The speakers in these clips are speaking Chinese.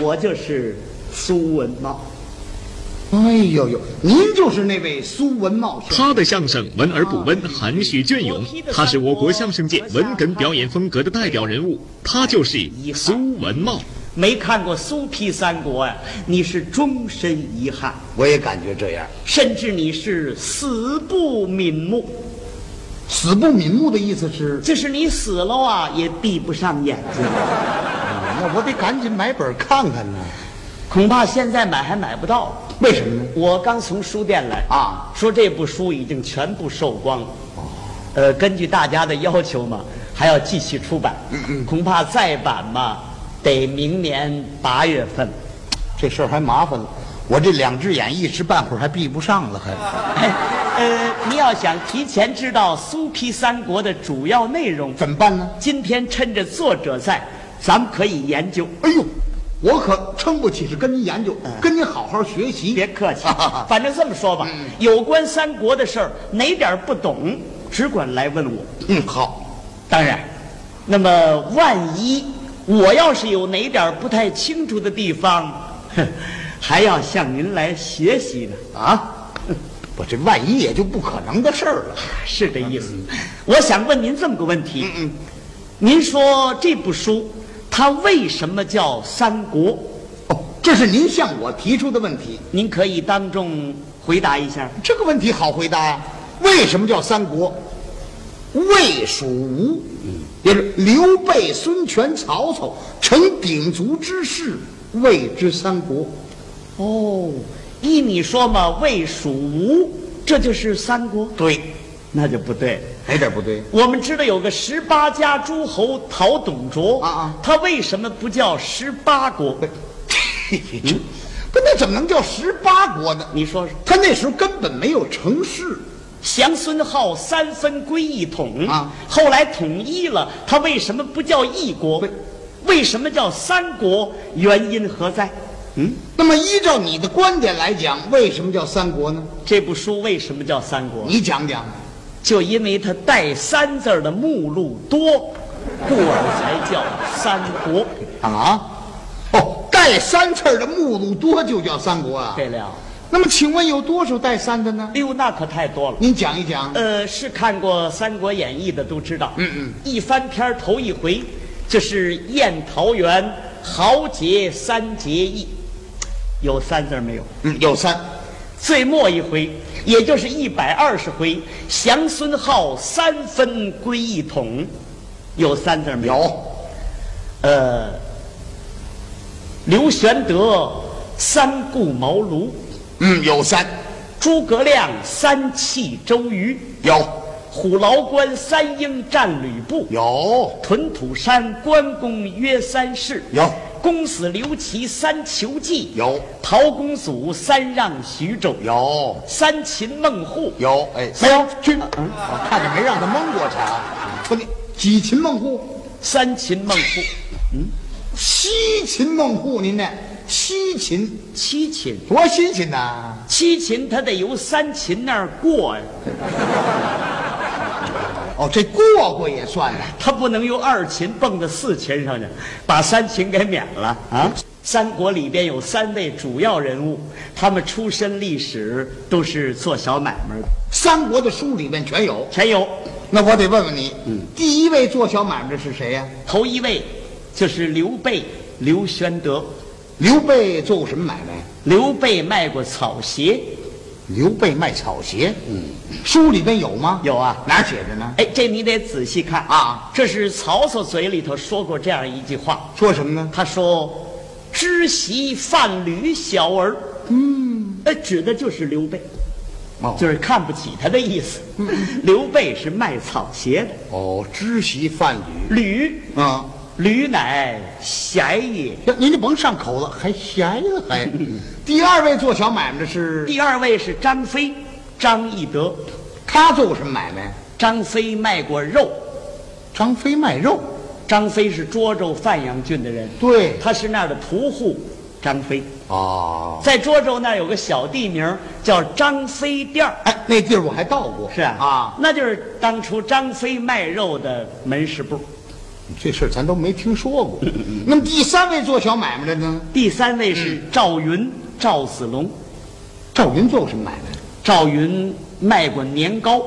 我就是苏文茂。哎呦呦，您就是那位苏文茂先生。他的相声文而不温，含蓄隽永，他是我国相声界文哏表演风格的代表人物，他就是苏文茂。没看过苏皮三国呀、你是终身遗憾，我也感觉这样，甚至你是死不瞑目。死不瞑目的意思是，这是你死了啊，也闭不上眼睛。那我得赶紧买本看看呢。恐怕现在买还买不到。为什么呢？我刚从书店来啊，说这部书已经全部售光了。呃，根据大家的要求嘛，还要继续出版。恐怕再版嘛，得明年八月份。这事儿还麻烦了，我这两只眼一时半会儿还闭不上了，还哎 呃，你要想提前知道苏皮三国的主要内容，怎么办呢？今天趁着作者在，咱们可以研究。哎呦，我可撑不起是跟您研究，跟您好好学习。别客气，反正这么说吧，有关三国的事儿哪点儿不懂，只管来问我。嗯，好，当然，那么万一我要是有哪点儿不太清楚的地方， 哼还要向您来学习呢。啊，我这万一也就不可能的事儿了。是这意思。我想问您这么个问题：您说这部书它为什么叫三国？哦，这是您向我提出的问题，您可以当众回答一下。这个问题好回答呀、为什么叫三国？魏、蜀、吴，也是刘备、孙权、曹操成鼎足之势，谓之三国。哦，依你说嘛，魏、蜀、吴，这就是三国？对，那就不对了。哪点不 对？我们知道有个十八家诸侯讨董卓啊啊他为什么不叫十八国？不，那怎么能叫十八国呢？你说说。他那时候根本没有城市，降孙浩三分归一统啊后来统一了，他为什么不叫一国对？为什么叫三国？原因何在？嗯，那么依照你的观点来讲，为什么叫三国呢？这部书为什么叫三国？你讲讲。就因为它带“三”字儿的目录多，故而才叫三国。啊？哦，带三字儿的目录多就叫三国啊？这了，那么请问有多少带三的呢？哎呦，那可太多了。您讲一讲。呃，是看过《三国演义》的都知道，嗯嗯，一翻篇儿头一回就是宴桃园，豪杰三结义，有三字儿没有？嗯，有三。最末一回，也就是一百二十回，降孙浩三分归一统，有三字儿没有？有。呃，刘玄德三顾茅庐，嗯，有三。诸葛亮三气周瑜，有。虎牢关三英战吕布，有。屯土山关公约三世，有。公子刘琦三求计，有陶公祖三让徐州，有。三秦孟获，有。哎，没有去。我看着没让他蒙过去啊。不，你几擒孟获？三秦孟获。七擒孟获，您呢？七擒，七擒，多新鲜呐！七擒他得由三擒那儿过呀，哦，这过过也算呢。他不能由二擒蹦到四擒上去，把三擒给免了啊。三国里边有三位主要人物，他们出身历史都是做小买卖的，三国的书里面全有。全有。那我得问问你，第一位做小买卖的是谁呀、头一位就是刘备、刘玄德。刘备做过什么买卖？刘备卖过草鞋，刘备卖草鞋。嗯，书里边有吗？有啊哪儿写着呢？哎，这你得仔细看啊。这是曹操嘴里头说过这样一句话，说什么呢？他说：“知席贩履小儿。”嗯，呃，指的就是刘备，哦就是看不起他的意思。刘备是卖草鞋的，哦，知席贩履。履啊，履乃鞋也。行您就甭上口了，还闲了还。第二位做小买卖的是，第二位是张飞，张翼德。他做过什么买卖？张飞卖过肉，张飞卖肉。张飞是涿州范阳郡的人，对他是那儿的屠户张飞。哦，在涿州那儿有个小地名叫张飞店儿，哎，那地儿我还到过。是啊，啊，那就是当初张飞卖肉的门市部。这事儿咱都没听说过。那么第三位做小买卖的呢？第三位是赵云，赵子龙。赵云做过什么买卖？赵云卖过年糕，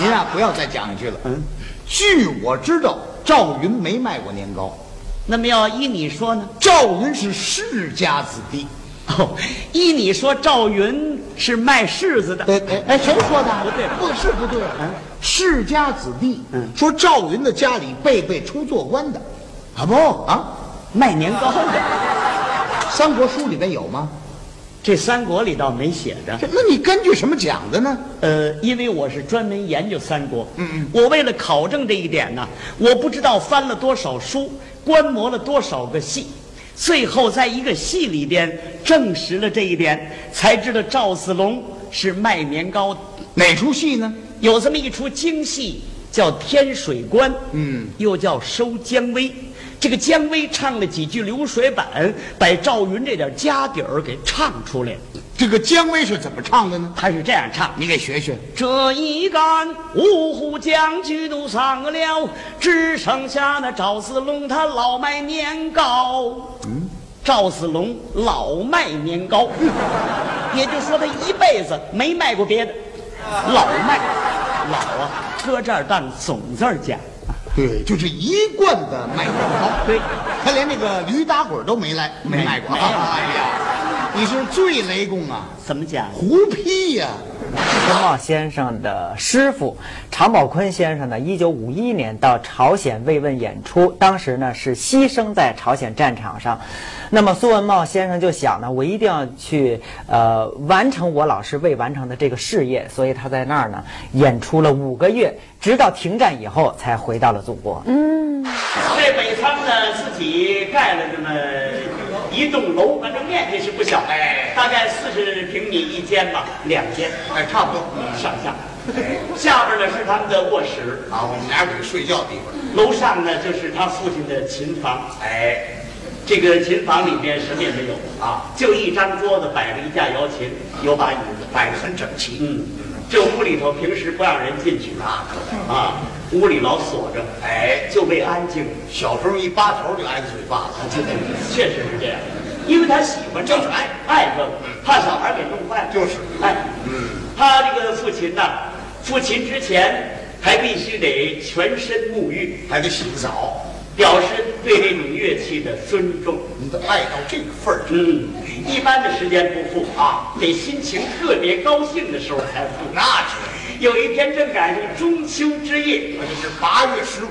您啊，不要再讲下去了。嗯，据我知道，赵云没卖过年糕。那么要依你说呢？赵云是世家子弟。哦，依你说，赵云是卖柿子的。哎哎哎，谁说的？不对吧不是不对。世家子弟，说赵云的家里辈辈出做官的，啊不啊，卖年糕的， 《三国书》里面有吗？这三国里倒没写着。这那你根据什么讲的呢？呃，因为我是专门研究三国，嗯嗯，我为了考证这一点呢，我不知道翻了多少书，观摩了多少个戏，最后在一个戏里边证实了这一点，才知道赵子龙是卖年糕的。哪出戏呢？有这么一出京戏叫《天水关》，嗯，又叫《收姜维》。这个姜维唱了几句流水板，把赵云这点家底儿给唱出来了。这个姜维是怎么唱的呢？他是这样唱的。你给学学。这一干五虎将军都上了，只剩下那赵子龙他老卖年糕。嗯，赵子龙老卖年糕，也就是说他一辈子没卖过别的，老卖，老啊，搁这儿当总字儿讲。对，就是一贯的卖年糕。对，他连那个驴打滚都没来，没卖过。没有哎呀，你是最雷公啊，怎么讲？胡批呀、陈茂先生的师傅常宝坤先生呢，一九五一年到朝鲜慰问演出，当时呢是牺牲在朝鲜战场上。那么苏文茂先生就想呢，我一定要去呃完成我老师未完成的这个事业，所以他在那儿呢演出了五个月，直到停战以后才回到了祖国。这北仓呢，自己盖了这么一栋楼，反正面积是不小，哎，大概四十平米一间吧，两间，哎，差不多。上下。哎下边呢是他们的卧室，啊，我们俩有一个睡觉地方。楼上呢就是他父亲的琴房。哎，这个琴房里面什么也没有啊，就一张桌子摆着一架摇琴，有把椅子摆着很整齐。嗯，这屋里头平时不让人进去啊，啊，屋里老锁着，哎，就为安静。小时候一扒头就挨个嘴巴子，确实是这样，因为他喜欢这就是爱爱这个，怕小孩给弄坏了。就是哎，嗯，他这个父亲呐，父亲之前还必须得全身沐浴，还得洗个澡。表示对这种乐器的尊重。你得爱到这个份儿上，嗯，一般的时间不付啊，得心情特别高兴的时候才付。那是。有一天正赶上中秋之夜，这是八月十五，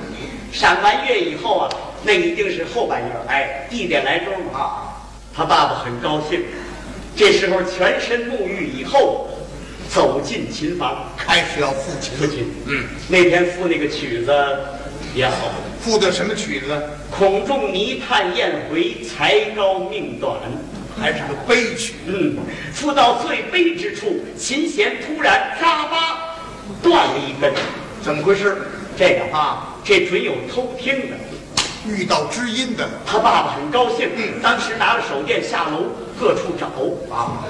赏完月以后啊，那一定是后半夜儿，哎，一点来钟啊，他爸爸很高兴。这时候全身沐浴以后，走进琴房，开始要付父琴。亲，嗯，那天赋那个曲子也好，付的什么曲子？孔仲尼叹燕回，才高命短。还是个悲曲。嗯，付到最悲之处，琴弦突然嘎巴断了一根，怎么回事？这个啊，这准有偷听的。遇到知音的他爸爸很高兴，当时拿着手电下楼各处找啊，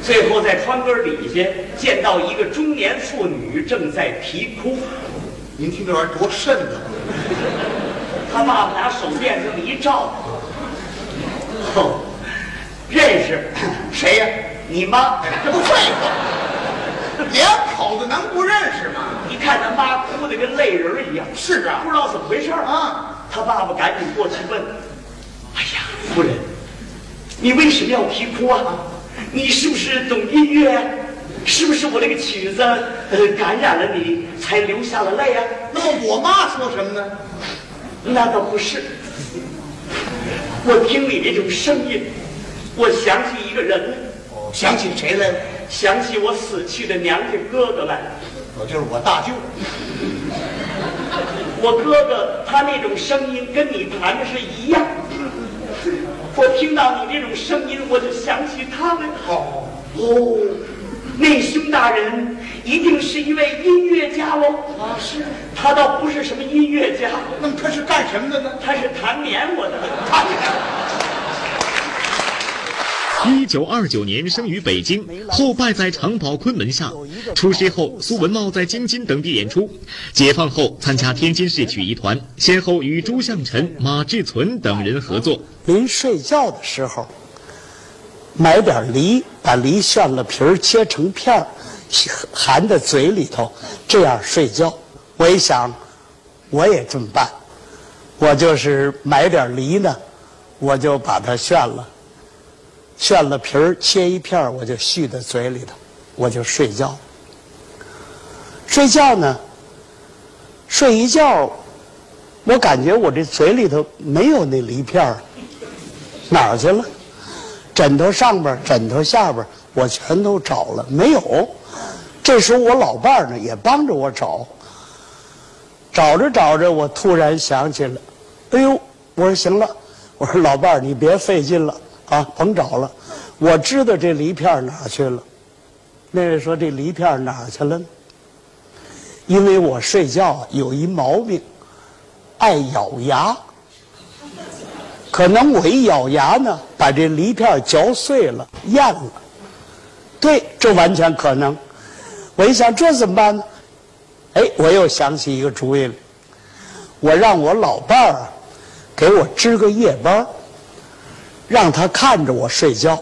最后在窗根底下见到一个中年妇女正在啼哭，您听这玩意儿多瘆得慌。他爸爸拿手电这么一照，哦，认识谁呀、你妈。这不废话，两口子能不认识吗？一看他妈哭得跟泪人儿一样，是啊不知道怎么回事儿啊。他爸爸赶紧过去问：“哎呀，夫人，你为什么要啼哭啊？你是不是懂音乐啊？是不是我这个曲子呃感染了你，才流下了泪啊？”那么我妈说什么呢？那倒不是，我听你这种声音，我想起一个人，哦想起谁来了？想起我死去的娘家哥哥来了。我哦就是我大舅，我哥哥他那种声音跟你弹的是一样，我听到你这种声音，我就想起他们。哦，哦，那兄大人一定是一位音乐家喽。啊，是。他倒不是什么音乐家，那么他是干什么的呢？他是弹棉花的。看见了。一九二九年生于北京，后拜在常宝坤门下。出师后，苏文茂在京津等地演出。解放后，参加天津市曲艺团，先后与朱向臣、马志存等人合作。临睡觉的时候，买点梨，把梨削了皮儿，切成片儿，含在嘴里头，这样睡觉。我一想，我也这么办，我就是买点梨呢，我就把它炫了，炫了皮儿，切一片儿，我就续在嘴里头，我就睡觉。睡觉呢，睡一觉，我感觉我这嘴里头没有那梨片儿。哪儿去了？枕头上边，枕头下边，我全都找了，没有。这时候我老伴儿呢也帮着我找，找着找着，我突然想起了，哎呦，我说行了，我说老伴儿你别费劲了啊，甭找了，我知道这梨片儿哪儿去了。那位说这梨片儿哪儿去了呢？因为我睡觉啊有一毛病，爱咬牙。可能我一咬牙呢，把这梨片嚼碎了，咽了。对，这完全可能。我一想，这怎么办呢？哎，我又想起一个主意来，我让我老伴儿啊，给我支个夜班让他看着我睡觉。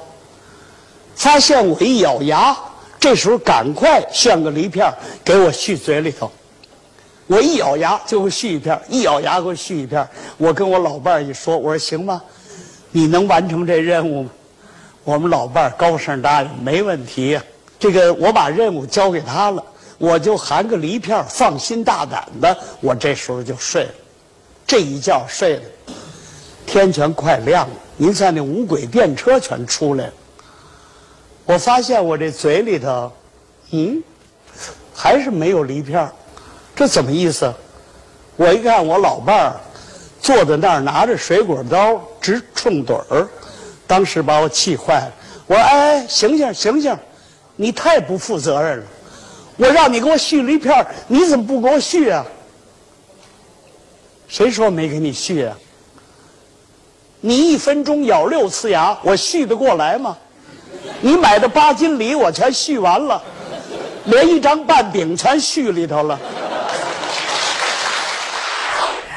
发现我一咬牙，这时候赶快炫个梨片给我续嘴里头。我一咬牙就会续一片，一咬牙给我续一片。我跟我老伴儿一说，我说行吗？你能完成这任务吗？我们老伴儿高声答应，没问题呀、这个我把任务交给他了，我就含个梨片儿，放心大胆的，我这时候就睡了。这一觉睡了，天全快亮了，您看那无轨电车全出来了。我发现我这嘴里头，嗯，还是没有梨片儿。这怎么意思？我一看我老伴儿坐在那儿拿着水果刀直冲盹儿，当时把我气坏了。我说：“哎，醒醒醒醒，你太不负责任了！我让你给我续梨片儿，你怎么不给我续啊？谁说没给你续啊？你一分钟咬六次牙，我续得过来吗？你买的八斤梨我全续完了，连一张半饼全续里头了。”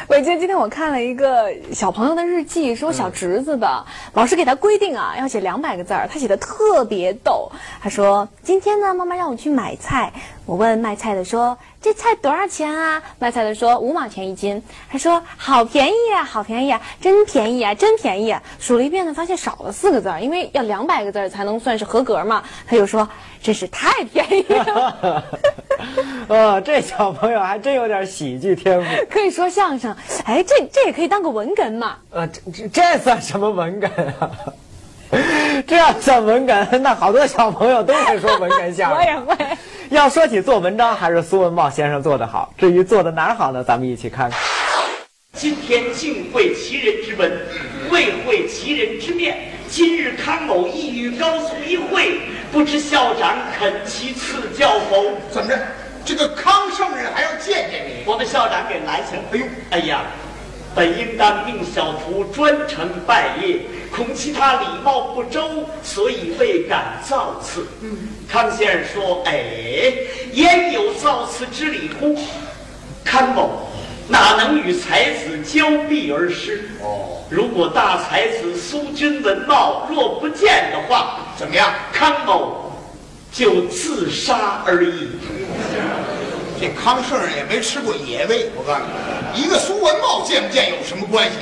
伟杰，今天我看了一个小朋友的日记，是我小侄子的。老师给他规定啊，要写两百个字儿，他写的特别逗。他说：“今天呢，妈妈让我去买菜，我问卖菜的说这菜多少钱啊？卖菜的说五毛钱一斤。他说好便宜啊，好便宜啊，真便宜啊，真便宜啊。数了一遍呢，发现少了四个字儿，因为要两百个字儿才能算是合格嘛。他就说真是太便宜了， 呃，这小朋友还真有点喜剧天赋。可以说相声。哎，这这也可以当个文哏嘛。”呃，这这这算什么文哏啊？ 这要算文哏，那好多小朋友都会说文哏相声。 我也会。要说起做文章，还是苏文茂先生做得好。至于做的哪儿好呢？咱们一起看看。今天敬会其人之文，未会其人之面。今日康某意欲高速一会，不知校长肯其赐教否？怎么着？这个康圣人还要见见你？我们校长给拦下了。哎呦，哎呀，本应当命小徒专程拜谒，恐其他礼貌不周，所以未敢造次。嗯，康先生说：“哎，焉有造次之理乎？康某哪能与才子交臂而失？哦，如果大才子苏君文茂若不见的话，怎么样？康某就自杀而已。”这康圣人也没吃过野味，我告诉你，一个苏文茂见不见有什么关系？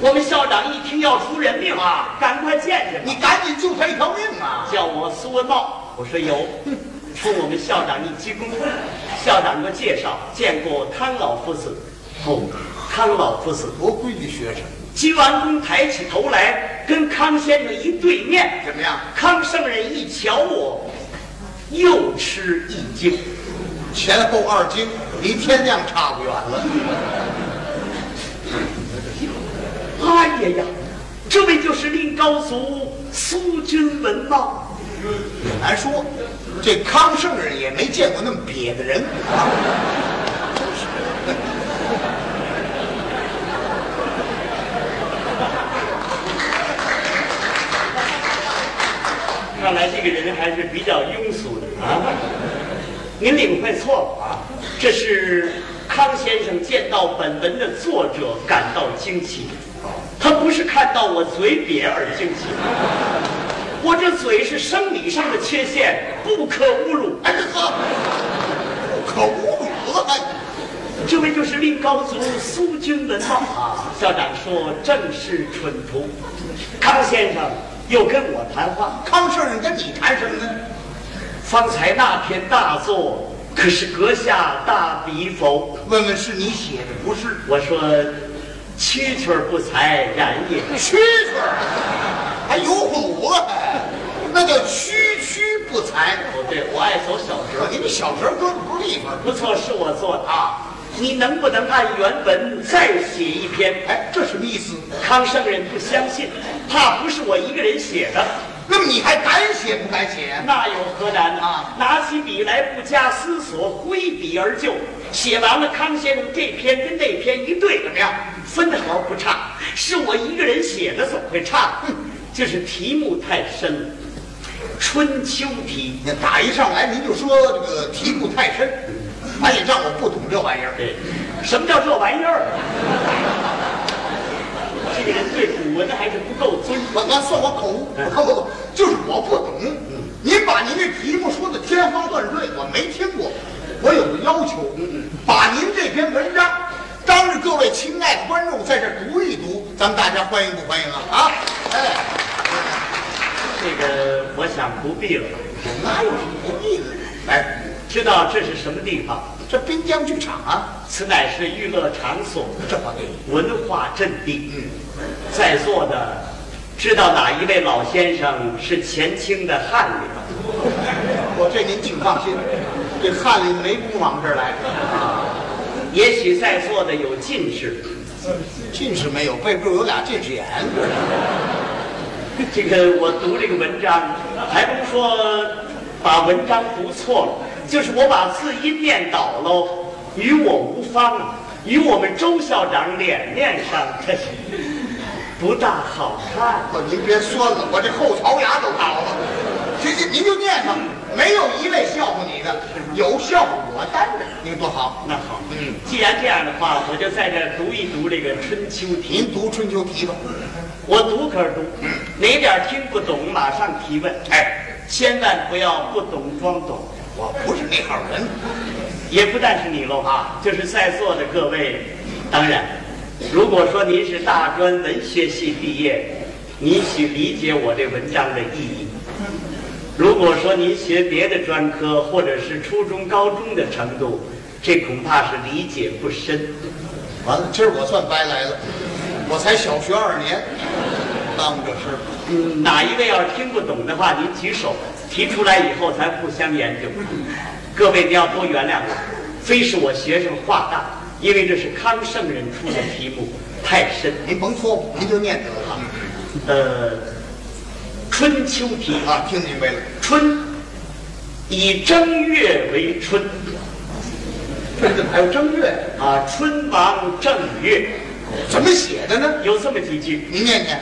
我们校长一听要出人命啊，赶快见见吧你赶紧救他一条命啊！叫我苏文茂，我说有， 冲我们校长一鞠躬。校长给我介绍，见过康老夫子。哦，康老夫子。多规矩学生，鞠完躬，抬起头来，跟康先生一对面，怎么样康圣人一瞧我，又吃一惊。前后二斤，离天亮差不远了。哎呀呀，这位就是令高祖苏君文茂。很难说，这康圣人也没见过那么瘪的人啊。这个人还是比较庸俗的啊。您领会错了啊，这是康先生见到本文的作者感到惊奇，他不是看到我嘴瘪而惊奇，我这嘴是生理上的缺陷，不可侮辱。哎呵，不可侮辱哎了，这位就是令高祖苏君文道啊。校长说正是蠢徒，康先生又跟我谈话。康先生跟你谈什么呢？方才那篇大作可是阁下大笔否？问问是你写的不是？我说，蛐蛐儿不才然也。蛐蛐儿还有虎了，那叫区区不才。哦，对，我爱走小我折，给你小折搁不是地方。不错，是我做的啊。你能不能按原文再写一篇？哎，这什么意思？康圣人不相信，怕不是我一个人写的，那么你还敢写不敢写？那有何难啊？拿起笔来，不加思索，挥笔而就。写完了，康先生这篇跟那篇一对，怎么样？分毫不差，是我一个人写的，怎么会差？哼，就是题目太深了，春秋题。你打一上来您就说这个题目太深，哎呀，让我不懂这玩意儿。对，什么叫这玩意儿？这个人对古文还是不够尊重。我我算我口误，不不不，就是我不懂。您把您这题目说的天花乱坠，我没听过。我有个要求，把您这篇文章，当着各位亲爱的观众在这读一读，咱们大家欢迎不欢迎啊？啊，哎，这个我想不必了，哪有什么不必的？哎，知道这是什么地方？这滨江剧场啊，此乃是娱乐场所，这话对。文化阵地。嗯，在座的知道哪一位老先生是前清的翰林吗？我这您请放心，这翰林没不往这儿来，也许在座的有进士。进士没有，背部有俩近视眼。这个我读这个文章，还不是说把文章读错了，就是我把字音念倒喽，与我无方啊，与我们周校长脸面上，这是不大好看。不，您别酸了，我这后槽牙都倒了。行行，您就念吧，没有一位笑话你的，有笑话我担着，您多好。那好，嗯，既然这样的话，我就在这儿读一读这个《春秋》题。您读春秋题吧，我读可是读，哪点儿听不懂马上提问。哎，千万不要不懂装懂。我不是那号人。也不但是你喽啊，就是在座的各位。当然，如果说您是大专文学系毕业，您许理解我这文章的意义；如果说您学别的专科或者是初中、高中的程度，这恐怕是理解不深。完了，今儿我算白来了，我才小学二年，耽误这事儿。嗯，哪一位要是听不懂的话，您举手，提出来以后咱互相研究。各位，你要多原谅我，非是我学生话大，因为这是康圣人出的题目，太深。您甭错误，您就念得了啊呃，春秋题啊，啊！听明白了，春以正月为春这怎么还有正月？啊，春王正月怎么写的呢？有这么几句：您念念。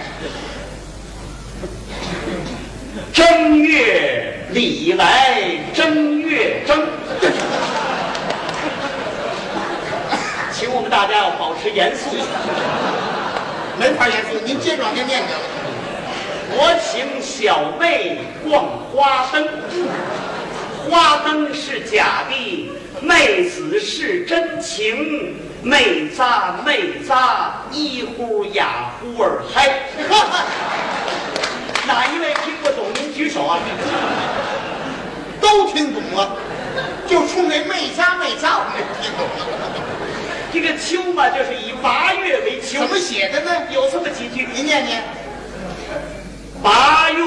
正月里来正月正。 请我们大家要保持严肃。没法严肃，您接着往下念去了。我请小妹逛花灯，花灯是假的，妹子是真情，妹扎妹扎，一呼雅呼儿嗨。 哪一位听不懂？您举手啊！都听懂了，就冲那妹仨妹仨我没听懂这个秋嘛，就是以八月为秋怎，么写的呢？有这么几句：您念念，八月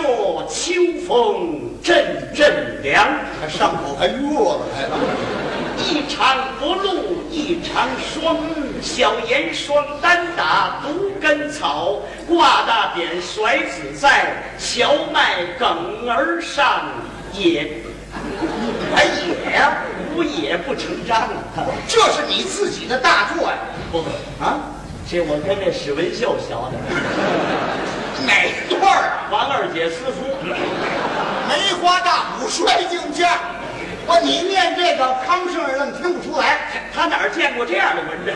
秋风阵阵凉。还上口还弱了，还啊一场不露一场霜，小檐霜单打独根草，挂大扁甩子在，荞麦梗而上也，哎还野呀、不也不成章啊！这是你自己的大作呀、不，啊！这我跟这史文秀学的，哪段儿啊？王二姐私夫，梅花大鼓摔镜涧。我你念这个康圣人愣听不出来，他哪儿见过这样的文章？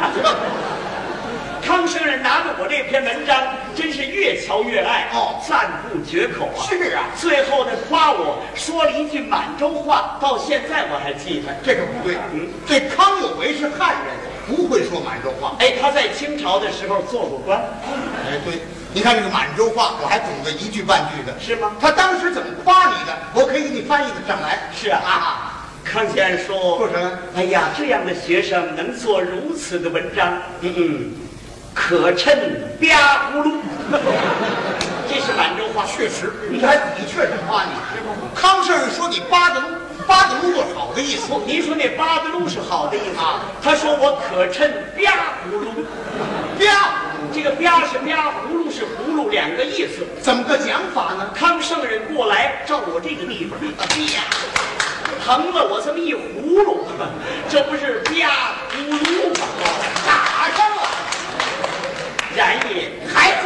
康生人拿着我这篇文章，真是越瞧越爱哦赞不绝口啊！是啊最后呢，夸我说了一句满洲话，到现在我还记得。这个不对。嗯这康有为是汉人，不会说满洲话。哎，他在清朝的时候做过官，哎，对，你看这个满洲话，我还懂得一句半句的，是吗他当时怎么夸你的，我可以给你翻译的上来。是啊康先生说：“说什么哎呀，这样的学生能做如此的文章，嗯嗯，可称吧呼噜。 这是满洲话，确实，你看你确实夸你。康圣人说你八德八德落好的意思，不您说那八德路是好的意思啊？他说我可称吧葫芦，呀，这个吧是吧，葫芦是葫芦，两个意思。怎么个讲法呢？康圣人过来照我这个地方，啪，疼了我这么一葫芦，这不是吧葫芦吗？哦打上了，然也还